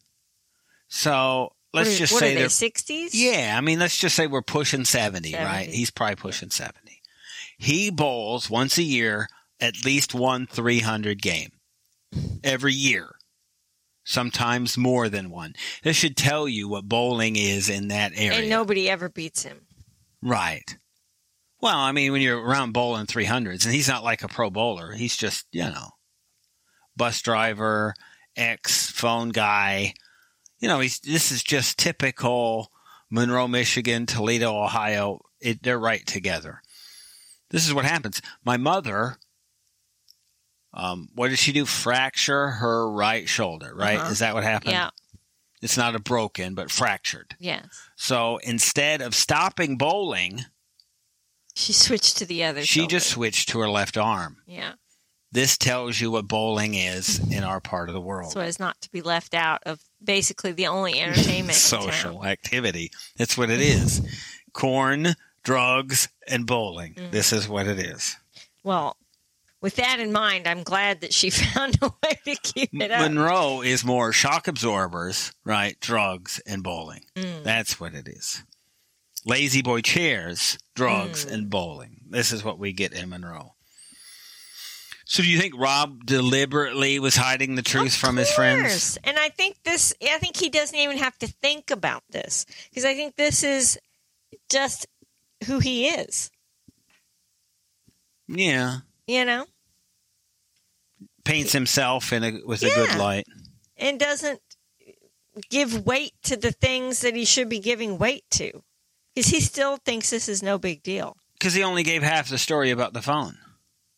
[SPEAKER 2] So
[SPEAKER 3] What
[SPEAKER 2] let's
[SPEAKER 3] are-
[SPEAKER 2] just
[SPEAKER 3] what
[SPEAKER 2] say
[SPEAKER 3] are they,
[SPEAKER 2] they're
[SPEAKER 3] 60s?
[SPEAKER 2] yeah, I mean, let's just say we're pushing 70, right?
[SPEAKER 3] 70.
[SPEAKER 2] He's probably pushing 70. He bowls once a year at least one 300 game every year, sometimes more than one. This should tell you what bowling is in that area.
[SPEAKER 3] And nobody ever beats him.
[SPEAKER 2] right. Well, I mean, when you're around bowling 300s, and he's not like a pro bowler, he's just, you know, bus driver, ex phone guy. You know, he's this is just typical Monroe, Michigan, Toledo, Ohio. It, they're right together. This is what happens. My mother, um, what did she do? Fracture her right shoulder, right?
[SPEAKER 3] Uh-huh.
[SPEAKER 2] Is that what happened?
[SPEAKER 3] Yeah.
[SPEAKER 2] It's not a broken, but fractured.
[SPEAKER 3] Yes.
[SPEAKER 2] So instead of stopping bowling,
[SPEAKER 3] She switched to the other.
[SPEAKER 2] she
[SPEAKER 3] shoulder.
[SPEAKER 2] just switched to her left arm.
[SPEAKER 3] Yeah.
[SPEAKER 2] This tells you what bowling is in our part of the world.
[SPEAKER 3] So as not to be left out of basically the only entertainment. in town.
[SPEAKER 2] social activity. That's what it is. Corn, drugs, and bowling.
[SPEAKER 3] Mm.
[SPEAKER 2] This is what it is.
[SPEAKER 3] Well, with that in mind, I'm glad that she found a way to keep it up.
[SPEAKER 2] Monroe is more shock absorbers, right? Drugs and bowling.
[SPEAKER 3] Mm.
[SPEAKER 2] That's what it is. Lazy boy chairs, drugs,
[SPEAKER 3] Mm.
[SPEAKER 2] and bowling. This is what we get in Monroe. So, do you think Rob deliberately was hiding the truth from his friends?
[SPEAKER 3] course. And I think this, I think he doesn't even have to think about this because I think this is just who he is,
[SPEAKER 2] Yeah,
[SPEAKER 3] you know,
[SPEAKER 2] paints himself in a with a good
[SPEAKER 3] Yeah.
[SPEAKER 2] light.
[SPEAKER 3] and doesn't give weight to the things that he should be giving weight to because he still thinks this is no big deal.
[SPEAKER 2] because he only gave half the story about the phone.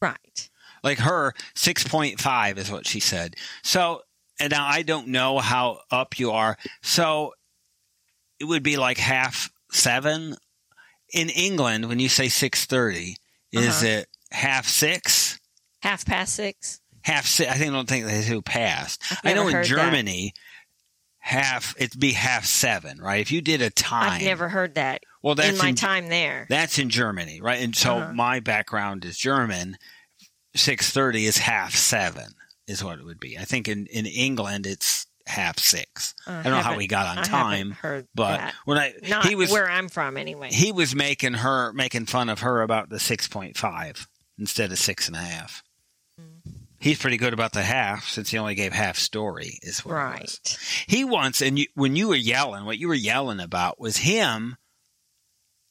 [SPEAKER 3] Right.
[SPEAKER 2] Like her, 6.5 is what she said. So, and now I don't know how up you are. So it would be like half seven. In England, when you say 6.30, is
[SPEAKER 3] Uh-huh.
[SPEAKER 2] it half six?
[SPEAKER 3] Half past six.
[SPEAKER 2] Half six. I think I don't think they do past.
[SPEAKER 3] I've
[SPEAKER 2] I know
[SPEAKER 3] never
[SPEAKER 2] in
[SPEAKER 3] heard that.
[SPEAKER 2] Germany, half, it'd be half seven, right? If you did a time.
[SPEAKER 3] I've never heard that
[SPEAKER 2] well, that's
[SPEAKER 3] in my
[SPEAKER 2] in
[SPEAKER 3] time there.
[SPEAKER 2] That's in Germany, right? And so
[SPEAKER 3] Uh-huh.
[SPEAKER 2] my background is German. Six thirty is half seven, is what it would be. I think in, in England it's half six.
[SPEAKER 3] Uh,
[SPEAKER 2] I don't know how
[SPEAKER 3] haven't-
[SPEAKER 2] we got on
[SPEAKER 3] I haven't
[SPEAKER 2] time,
[SPEAKER 3] heard
[SPEAKER 2] but
[SPEAKER 3] that.
[SPEAKER 2] when I
[SPEAKER 3] not
[SPEAKER 2] he was
[SPEAKER 3] where I'm from anyway.
[SPEAKER 2] he was making her making fun of her about the six point five instead of six and a half.
[SPEAKER 3] Mm.
[SPEAKER 2] He's pretty good about the half since he only gave half story. Is what it was.
[SPEAKER 3] right.
[SPEAKER 2] He once, and you, when you were yelling, what you were yelling about was him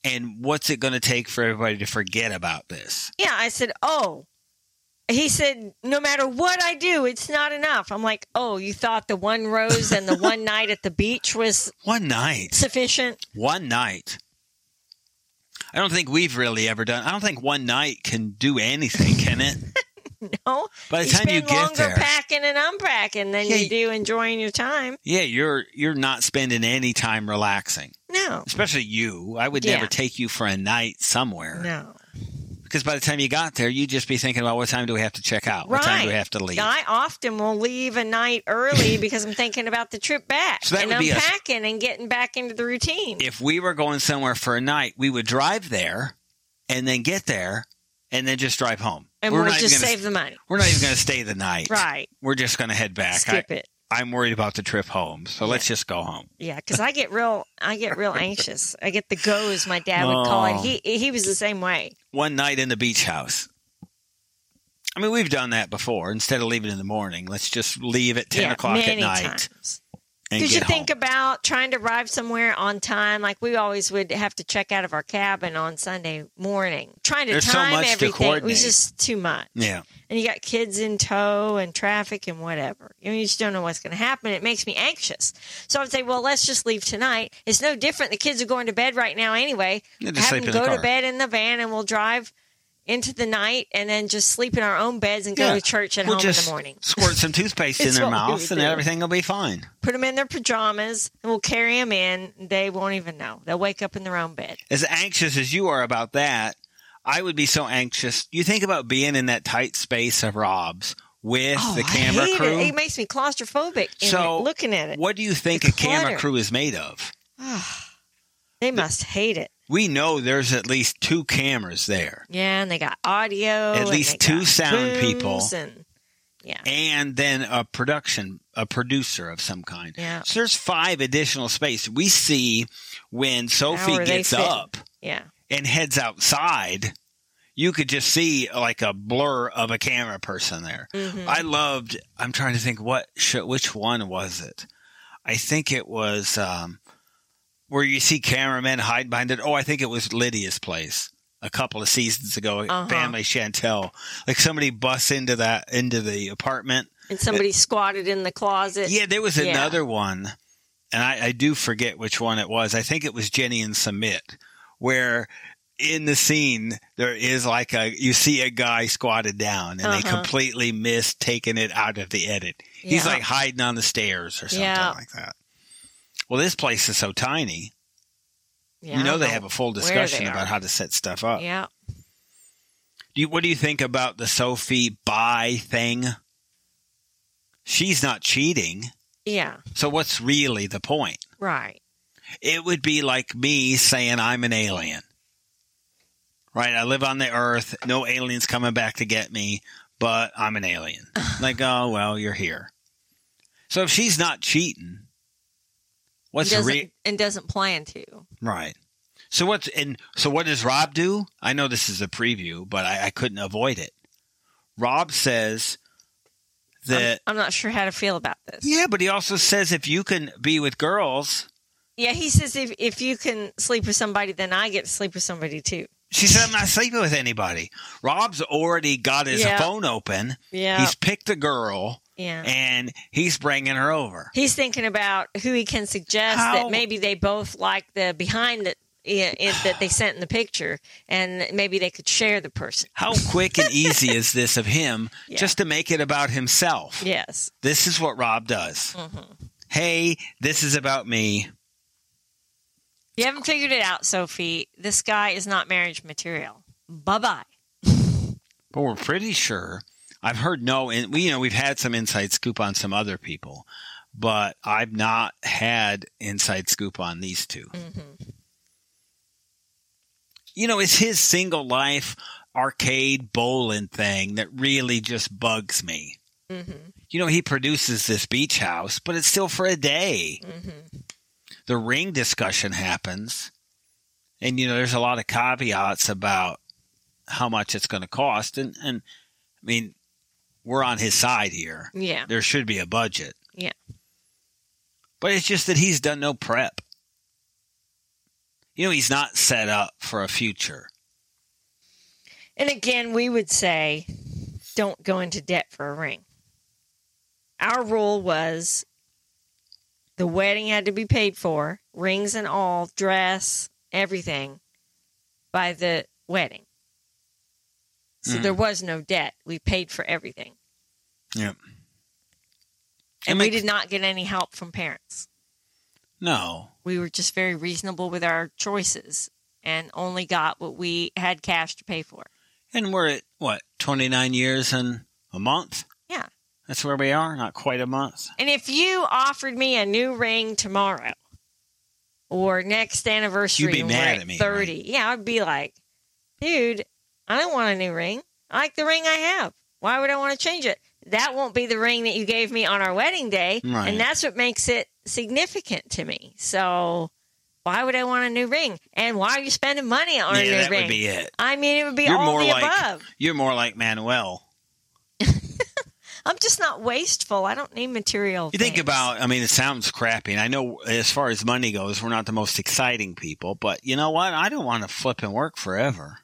[SPEAKER 2] and what's it going to take for everybody to forget about this?
[SPEAKER 3] Yeah, I said, "Oh." He said, "No matter what I do, it's not enough." I'm like, "Oh, you thought the one rose and the one night at the beach was
[SPEAKER 2] One night.
[SPEAKER 3] sufficient?"
[SPEAKER 2] One night. I don't think we've really ever done. I don't think one night can do anything, can it?
[SPEAKER 3] No.
[SPEAKER 2] By the
[SPEAKER 3] you
[SPEAKER 2] time you
[SPEAKER 3] spend
[SPEAKER 2] get
[SPEAKER 3] longer
[SPEAKER 2] there-
[SPEAKER 3] packing and unpacking than
[SPEAKER 2] Yeah,
[SPEAKER 3] you
[SPEAKER 2] you-
[SPEAKER 3] do enjoying your time.
[SPEAKER 2] Yeah, you're you're not spending any time relaxing,
[SPEAKER 3] No.
[SPEAKER 2] especially you. I would never
[SPEAKER 3] Yeah.
[SPEAKER 2] take you for a night somewhere
[SPEAKER 3] No.
[SPEAKER 2] because by the time you got there, you'd just be thinking about what time do we have to check out? What time do we
[SPEAKER 3] Right.
[SPEAKER 2] have to leave?
[SPEAKER 3] I often will leave a night early because I'm thinking about the trip back
[SPEAKER 2] So that
[SPEAKER 3] and
[SPEAKER 2] would be a-
[SPEAKER 3] unpacking and getting back into the routine.
[SPEAKER 2] if we were going somewhere for a night, we would drive there and then get there and then just drive home.
[SPEAKER 3] and we'll
[SPEAKER 2] not even
[SPEAKER 3] just
[SPEAKER 2] gonna,
[SPEAKER 3] save the money.
[SPEAKER 2] We're not even going to stay the night.
[SPEAKER 3] Right.
[SPEAKER 2] We're just going to head back.
[SPEAKER 3] Skip
[SPEAKER 2] I,
[SPEAKER 3] it.
[SPEAKER 2] I'm worried about the trip home, so let's just go home.
[SPEAKER 3] Yeah, because I get real, I get real anxious. I get the goes, my dad would call
[SPEAKER 2] Oh.
[SPEAKER 3] it. He he was the same way.
[SPEAKER 2] One night in the beach house. I mean, we've done that before. Instead of leaving in the morning, let's just leave at ten
[SPEAKER 3] yeah,
[SPEAKER 2] o'clock at
[SPEAKER 3] many
[SPEAKER 2] night
[SPEAKER 3] times.
[SPEAKER 2] and
[SPEAKER 3] Did you
[SPEAKER 2] get
[SPEAKER 3] think
[SPEAKER 2] home.
[SPEAKER 3] about trying to arrive somewhere on time? Like we always would have to check out of our cabin on Sunday morning. Trying to
[SPEAKER 2] There's so
[SPEAKER 3] time
[SPEAKER 2] much to
[SPEAKER 3] everything it
[SPEAKER 2] coordinate.
[SPEAKER 3] was just too much.
[SPEAKER 2] yeah.
[SPEAKER 3] And you got kids in tow and traffic and whatever. You, know, you just don't know what's going to happen. It makes me anxious. So I would say, well, let's just leave tonight. It's no different. The kids are going to bed right now anyway.
[SPEAKER 2] Yeah, just
[SPEAKER 3] Have
[SPEAKER 2] sleep
[SPEAKER 3] them
[SPEAKER 2] in the
[SPEAKER 3] go to
[SPEAKER 2] car.
[SPEAKER 3] bed in the van and we'll drive into the night and then just sleep in our own beds and go
[SPEAKER 2] Yeah.
[SPEAKER 3] to church at
[SPEAKER 2] We'll
[SPEAKER 3] home in
[SPEAKER 2] just
[SPEAKER 3] the morning.
[SPEAKER 2] Squirt some toothpaste in
[SPEAKER 3] It's
[SPEAKER 2] their
[SPEAKER 3] what we
[SPEAKER 2] mouth,
[SPEAKER 3] would
[SPEAKER 2] and
[SPEAKER 3] do.
[SPEAKER 2] everything will be fine.
[SPEAKER 3] put them in their pajamas and we'll carry them in. They won't even know. They'll wake up in their own bed.
[SPEAKER 2] As anxious as you are about that, I would be so anxious. You think about being in that tight space of Rob's with the camera
[SPEAKER 3] Oh, I hate
[SPEAKER 2] crew.
[SPEAKER 3] It. it makes me claustrophobic in
[SPEAKER 2] So,
[SPEAKER 3] it, looking at it.
[SPEAKER 2] What do you think
[SPEAKER 3] The
[SPEAKER 2] a camera
[SPEAKER 3] clutter.
[SPEAKER 2] crew is made of?
[SPEAKER 3] They must hate it.
[SPEAKER 2] We know there's at least two cameras there,
[SPEAKER 3] Yeah, and they got audio.
[SPEAKER 2] At
[SPEAKER 3] and
[SPEAKER 2] least
[SPEAKER 3] they
[SPEAKER 2] two
[SPEAKER 3] got
[SPEAKER 2] sound
[SPEAKER 3] booms
[SPEAKER 2] people.
[SPEAKER 3] And, yeah.
[SPEAKER 2] and then a production, a producer of some kind.
[SPEAKER 3] Yeah.
[SPEAKER 2] So there's five additional space. We see when Sophie
[SPEAKER 3] are they
[SPEAKER 2] gets
[SPEAKER 3] fit?
[SPEAKER 2] up
[SPEAKER 3] Yeah.
[SPEAKER 2] and heads outside. You could just see like a blur of a camera person there.
[SPEAKER 3] Mhm.
[SPEAKER 2] I loved. I'm trying to think what show, which one was it? I think it was um, where you see cameramen hide behind it. Oh, I think it was Lydia's place a couple of seasons ago.
[SPEAKER 3] Uh-huh.
[SPEAKER 2] Family Chantel, like somebody busts into that into the apartment.
[SPEAKER 3] And somebody squatted in the closet.
[SPEAKER 2] Yeah, there was
[SPEAKER 3] yeah.
[SPEAKER 2] another one, and I, I do forget which one it was. I think it was Jenny and Submit, where in the scene there is like a you see a guy squatted down, and they
[SPEAKER 3] Uh-huh.
[SPEAKER 2] completely miss taking it out of the edit. He's
[SPEAKER 3] Yeah.
[SPEAKER 2] like hiding on the stairs or something
[SPEAKER 3] Yeah.
[SPEAKER 2] like that. Well, this place is so tiny.
[SPEAKER 3] Yeah,
[SPEAKER 2] you
[SPEAKER 3] I
[SPEAKER 2] know
[SPEAKER 3] don't
[SPEAKER 2] they have a full
[SPEAKER 3] they
[SPEAKER 2] discussion
[SPEAKER 3] are.
[SPEAKER 2] about how to set stuff up.
[SPEAKER 3] Yeah.
[SPEAKER 2] Do you, what do you think about the Sophie buy thing? She's not cheating,
[SPEAKER 3] Yeah.
[SPEAKER 2] so what's really the point?
[SPEAKER 3] Right.
[SPEAKER 2] It would be like me saying I'm an alien. Right? I live on the earth. No aliens coming back to get me, but I'm an alien. like, oh, well, you're here. So if she's not cheating, what's
[SPEAKER 3] and, doesn't,
[SPEAKER 2] re-
[SPEAKER 3] and doesn't plan to.
[SPEAKER 2] right? So what's and so what does Rob do? I know this is a preview, but I, I couldn't avoid it. Rob says
[SPEAKER 3] I'm,
[SPEAKER 2] that
[SPEAKER 3] I'm not sure how to feel about this.
[SPEAKER 2] yeah, but he also says if you can be with girls,
[SPEAKER 3] Yeah, he says if, if you can sleep with somebody, then I get to sleep with somebody too.
[SPEAKER 2] She said, I'm not sleeping with anybody. Rob's already got his
[SPEAKER 3] Yeah.
[SPEAKER 2] phone open.
[SPEAKER 3] Yeah.
[SPEAKER 2] He's picked a girl
[SPEAKER 3] yeah.
[SPEAKER 2] and he's bringing her over.
[SPEAKER 3] He's thinking about who he can suggest
[SPEAKER 2] How-
[SPEAKER 3] that maybe they both like the behind that it, that they sent in the picture, and maybe they could share the person.
[SPEAKER 2] How quick and easy is this of him
[SPEAKER 3] Yeah.
[SPEAKER 2] just to make it about himself?
[SPEAKER 3] Yes.
[SPEAKER 2] This is what Rob does.
[SPEAKER 3] Mhm.
[SPEAKER 2] Hey, this is about me.
[SPEAKER 3] You haven't figured it out, Sophie. This guy is not marriage material. Bye bye.
[SPEAKER 2] But we're pretty sure. I've heard no, and we, you know, we've had some inside scoop on some other people, but I've not had inside scoop on these two. You know, it's his single life arcade bowling thing that really just bugs me. You know, he produces this beach house, but it's still for a day. The ring discussion happens, and you know, there's a lot of caveats about how much it's going to cost, and and I mean, we're on his side here.
[SPEAKER 3] Yeah.
[SPEAKER 2] There should be a budget.
[SPEAKER 3] Yeah.
[SPEAKER 2] But it's just that he's done no prep. You know, he's not set up for a future.
[SPEAKER 3] And again, we would say don't go into debt for a ring. Our rule was the wedding had to be paid for, rings and all, dress, everything, by the wedding. So
[SPEAKER 2] Mhm.
[SPEAKER 3] there was no debt. We paid for everything.
[SPEAKER 2] Yep.
[SPEAKER 3] And
[SPEAKER 2] It
[SPEAKER 3] we
[SPEAKER 2] makes-
[SPEAKER 3] did not get any help from parents.
[SPEAKER 2] No.
[SPEAKER 3] We were just very reasonable with our choices and only got what we had cash to pay for.
[SPEAKER 2] And we're at what, 29 years and a month?
[SPEAKER 3] Yeah.
[SPEAKER 2] That's where we are, not quite a month.
[SPEAKER 3] And if you offered me a new ring tomorrow or next anniversary,
[SPEAKER 2] You'd be
[SPEAKER 3] when we're
[SPEAKER 2] mad at me,
[SPEAKER 3] 30. Yeah, I'd be like, dude, I don't want a new ring. I like the ring I have. Why would I want to change it? That won't be the ring that you gave me on our wedding day.
[SPEAKER 2] Right.
[SPEAKER 3] And that's what makes it significant to me. So why would I want a new ring? And why are you spending money on a new
[SPEAKER 2] yeah, that
[SPEAKER 3] ring?
[SPEAKER 2] would be it.
[SPEAKER 3] I mean, it would be
[SPEAKER 2] You're
[SPEAKER 3] all
[SPEAKER 2] more
[SPEAKER 3] the
[SPEAKER 2] like-
[SPEAKER 3] above.
[SPEAKER 2] You're more like Manuel.
[SPEAKER 3] I'm just not wasteful. I don't need material.
[SPEAKER 2] You think
[SPEAKER 3] things.
[SPEAKER 2] about, I mean, it sounds crappy. And I know as far as money goes, we're not the most exciting people, but you know what? I don't want to flip and work forever.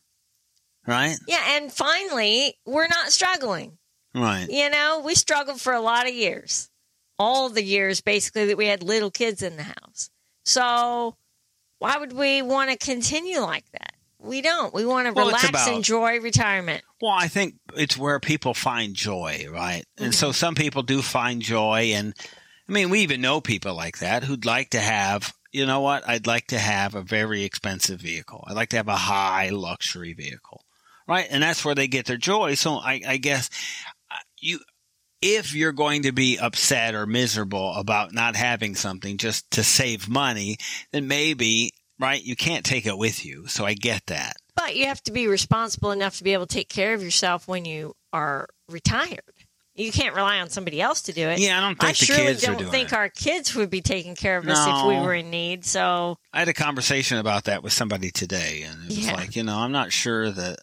[SPEAKER 2] Right?
[SPEAKER 3] Yeah, and finally, we're not struggling.
[SPEAKER 2] Right.
[SPEAKER 3] You know, we struggled for a lot of years. All the years basically that we had little kids in the house. So why would we want to continue like that? We don't. We want to
[SPEAKER 2] Well, it's
[SPEAKER 3] relax,
[SPEAKER 2] about-
[SPEAKER 3] enjoy retirement.
[SPEAKER 2] Well, I think it's where people find joy, right? And
[SPEAKER 3] Mm-hmm.
[SPEAKER 2] so some people do find joy. And I mean, we even know people like that who'd like to have, you know what? I'd like to have a very expensive vehicle. I'd like to have a high luxury vehicle, right? And that's where they get their joy. So I, I guess uh, you, if you're going to be upset or miserable about not having something just to save money, then maybe, right? You can't take it with you. So I get that.
[SPEAKER 3] But you have to be responsible enough to be able to take care of yourself when you are retired. You can't rely on somebody else to do it.
[SPEAKER 2] Yeah, I don't
[SPEAKER 3] I
[SPEAKER 2] think the
[SPEAKER 3] surely
[SPEAKER 2] kids
[SPEAKER 3] don't
[SPEAKER 2] are doing
[SPEAKER 3] think
[SPEAKER 2] it.
[SPEAKER 3] our kids would be taking care of us if
[SPEAKER 2] No.
[SPEAKER 3] we were in need. So
[SPEAKER 2] I had a conversation about that with somebody today, and it was
[SPEAKER 3] Yeah.
[SPEAKER 2] like, you know, I'm not sure that.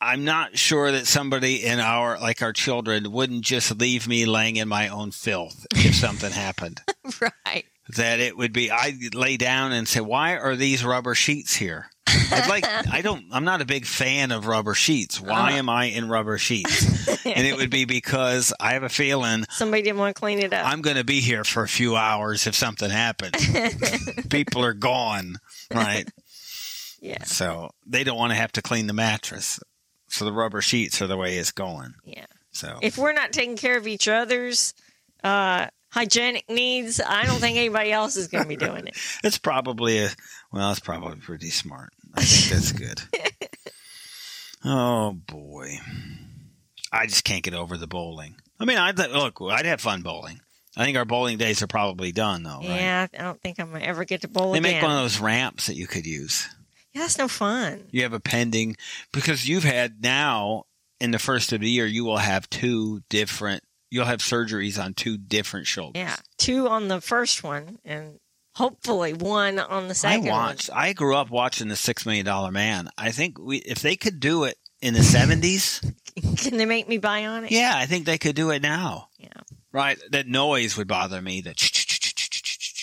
[SPEAKER 2] I'm not sure that somebody in our, like our children, wouldn't just leave me laying in my own filth if something happened.
[SPEAKER 3] right.
[SPEAKER 2] That it would be, I'd lay down and say, why are these rubber sheets here? I'd like, I don't, I'm not a big fan of rubber sheets. Why am I in rubber sheets? and it would be because I have a feeling
[SPEAKER 3] Somebody didn't want to clean it up.
[SPEAKER 2] I'm going to be here for a few hours if something happens. People are gone, right?
[SPEAKER 3] yeah.
[SPEAKER 2] So they don't want to have to clean the mattress. So the rubber sheets are the way it's going.
[SPEAKER 3] Yeah.
[SPEAKER 2] So
[SPEAKER 3] If we're not taking care of each other's uh, hygienic needs, I don't think anybody else is going to be doing it.
[SPEAKER 2] it's probably a well, it's probably pretty smart. I think that's good. oh boy, I just can't get over the bowling. I mean, I'd look. I'd have fun bowling. I think our bowling days are probably done though. Right?
[SPEAKER 3] Yeah. I don't think I'm going to ever get to bowl
[SPEAKER 2] They
[SPEAKER 3] again.
[SPEAKER 2] make one of those ramps that you could use.
[SPEAKER 3] yeah, that's no fun.
[SPEAKER 2] you have a pending because you've had now in the first of the year you will have two different you'll have surgeries on two different shoulders
[SPEAKER 3] Yeah. Two on the first one and hopefully one on the
[SPEAKER 2] i
[SPEAKER 3] second one.
[SPEAKER 2] watched i grew up watching the six million dollar man i think we if they could do it in the 70s
[SPEAKER 3] Can they make me bionic?
[SPEAKER 2] yeah i think they could do it now
[SPEAKER 3] Yeah.
[SPEAKER 2] right that noise would bother me that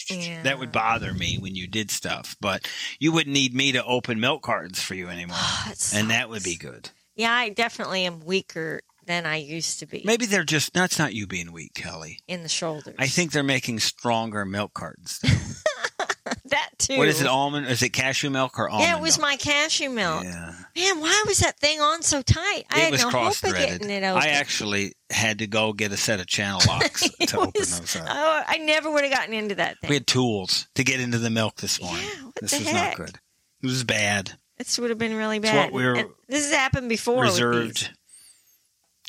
[SPEAKER 3] Yeah.
[SPEAKER 2] that would bother me when you did stuff but you wouldn't need me to open milk cartons for you anymore
[SPEAKER 3] That
[SPEAKER 2] and that would
[SPEAKER 3] sucks.
[SPEAKER 2] be good
[SPEAKER 3] Oh, Yeah, I definitely am weaker than I used to be
[SPEAKER 2] maybe they're just that's not you being weak kelly
[SPEAKER 3] in the shoulders.
[SPEAKER 2] I think they're making stronger milk cartons.
[SPEAKER 3] that too.
[SPEAKER 2] what is it? Almond? Is it cashew milk or almond?
[SPEAKER 3] Yeah, it was my cashew milk.
[SPEAKER 2] milk? Yeah,
[SPEAKER 3] Man, why was that thing on so tight? I
[SPEAKER 2] it
[SPEAKER 3] had
[SPEAKER 2] was
[SPEAKER 3] no hope of
[SPEAKER 2] cross-threaded.
[SPEAKER 3] getting it open.
[SPEAKER 2] I actually had to go get a set of channel locks
[SPEAKER 3] It
[SPEAKER 2] to open
[SPEAKER 3] was-
[SPEAKER 2] those up.
[SPEAKER 3] Oh, I never would have gotten into that thing.
[SPEAKER 2] We had tools to get into the milk this morning.
[SPEAKER 3] Yeah, what
[SPEAKER 2] this
[SPEAKER 3] the
[SPEAKER 2] was
[SPEAKER 3] heck?
[SPEAKER 2] not good. It was bad.
[SPEAKER 3] this would have been really
[SPEAKER 2] It's
[SPEAKER 3] bad.
[SPEAKER 2] what we were
[SPEAKER 3] And this has happened before. with these.
[SPEAKER 2] Reserved.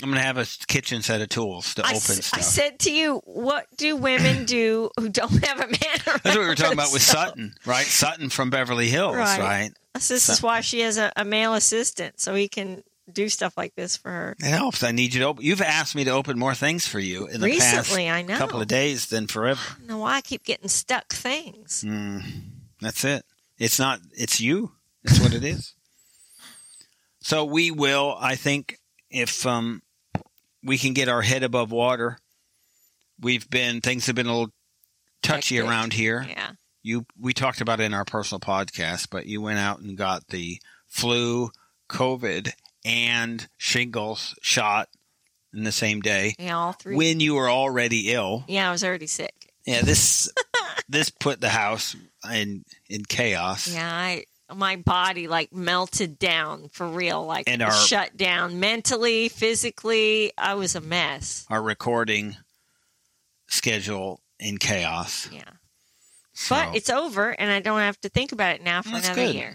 [SPEAKER 2] I'm gonna have a kitchen set of tools to
[SPEAKER 3] I,
[SPEAKER 2] open
[SPEAKER 3] s-
[SPEAKER 2] stuff.
[SPEAKER 3] I said to you, what do women do who don't have a man?
[SPEAKER 2] That's what we were talking
[SPEAKER 3] around?
[SPEAKER 2] about with
[SPEAKER 3] So,
[SPEAKER 2] Sutton, right? Sutton from Beverly Hills,
[SPEAKER 3] Right.
[SPEAKER 2] right?
[SPEAKER 3] This is why she has a, a male assistant, so he can do stuff like this for her.
[SPEAKER 2] It helps. I need you to. Open, you've asked me to open more things for you in the
[SPEAKER 3] Recently, I
[SPEAKER 2] past
[SPEAKER 3] know.
[SPEAKER 2] couple of days than forever.
[SPEAKER 3] I don't know why I keep getting stuck things.
[SPEAKER 2] Mm, That's it. It's not. It's you. It's what it is. So we will. I think if um, we can get our head above water, we've been things have been a little touchy
[SPEAKER 3] Hectic.
[SPEAKER 2] around here.
[SPEAKER 3] Yeah.
[SPEAKER 2] You we talked about it in our personal podcast, but you went out and got the flu, COVID, and shingles shot in the same day
[SPEAKER 3] Yeah, all three.
[SPEAKER 2] when you were already ill.
[SPEAKER 3] yeah, I was already sick.
[SPEAKER 2] Yeah, this this put the house in in chaos.
[SPEAKER 3] Yeah, I my body like melted down for real, like
[SPEAKER 2] And
[SPEAKER 3] it was
[SPEAKER 2] our-
[SPEAKER 3] shut down mentally, physically. I was a mess.
[SPEAKER 2] our recording schedule in chaos.
[SPEAKER 3] Yeah,
[SPEAKER 2] So,
[SPEAKER 3] but it's over, and I don't have to think about it now for
[SPEAKER 2] That's
[SPEAKER 3] another
[SPEAKER 2] good.
[SPEAKER 3] year.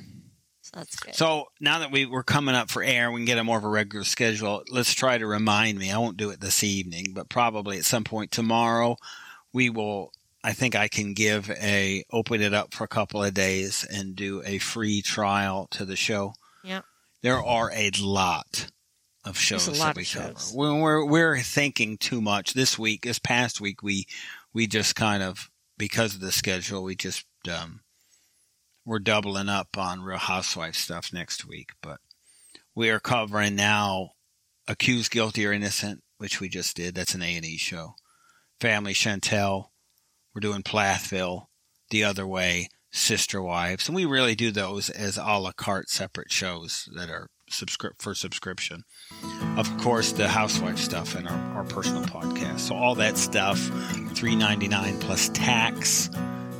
[SPEAKER 3] So that's good.
[SPEAKER 2] so now that we, we're coming up for air, we can get a more of a regular schedule. Let's try to remind me. I won't do it this evening, but probably at some point tomorrow, we will. I think I can give a open it up for a couple of days and do a free trial to the show.
[SPEAKER 3] yeah,
[SPEAKER 2] There are a lot of shows
[SPEAKER 3] a lot
[SPEAKER 2] that we
[SPEAKER 3] of
[SPEAKER 2] cover.
[SPEAKER 3] shows.
[SPEAKER 2] When we're we're thinking too much this week, this past week, we we just kind of because of the schedule, we just um, we're doubling up on Real Housewife stuff next week, but we are covering now accused guilty or innocent, which we just did. That's an A and E show. Family Chantel. We're doing Plathville. The other way. Sister Wives, and we really do those as a la carte separate shows that are subscript for subscription. Of course, the housewife stuff and our, our personal podcast. So all that stuff, three ninety nine plus tax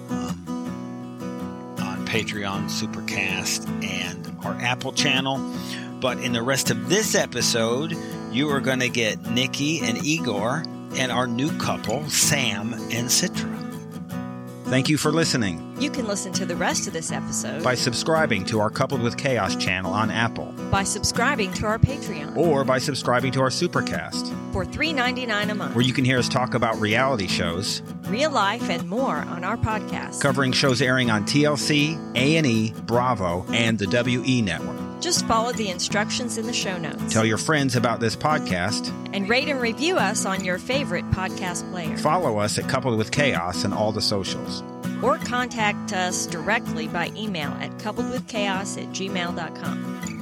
[SPEAKER 2] um, on Patreon, Supercast, and our Apple channel. But in the rest of this episode, you are going to get Nikki and Igor and our new couple, Sam and Citra. Thank you for listening
[SPEAKER 3] You can listen to the rest of this episode
[SPEAKER 2] by subscribing to our Coupled with Chaos channel on Apple
[SPEAKER 3] by subscribing to our Patreon
[SPEAKER 2] or by subscribing to our Supercast,
[SPEAKER 3] for $3.99 a month.
[SPEAKER 2] where Oh. you can hear us talk about reality shows,
[SPEAKER 3] Real life and more on our podcast.
[SPEAKER 2] covering shows airing on TLC, A&E, E, Bravo, and the WE network.
[SPEAKER 3] Just follow the instructions in the show notes
[SPEAKER 2] Tell your friends about this podcast.
[SPEAKER 3] and rate and review us on your favorite podcast player
[SPEAKER 2] Follow us at Coupled with Chaos and all the socials.
[SPEAKER 3] or contact us directly by email at coupledwithchaos at gmail.com.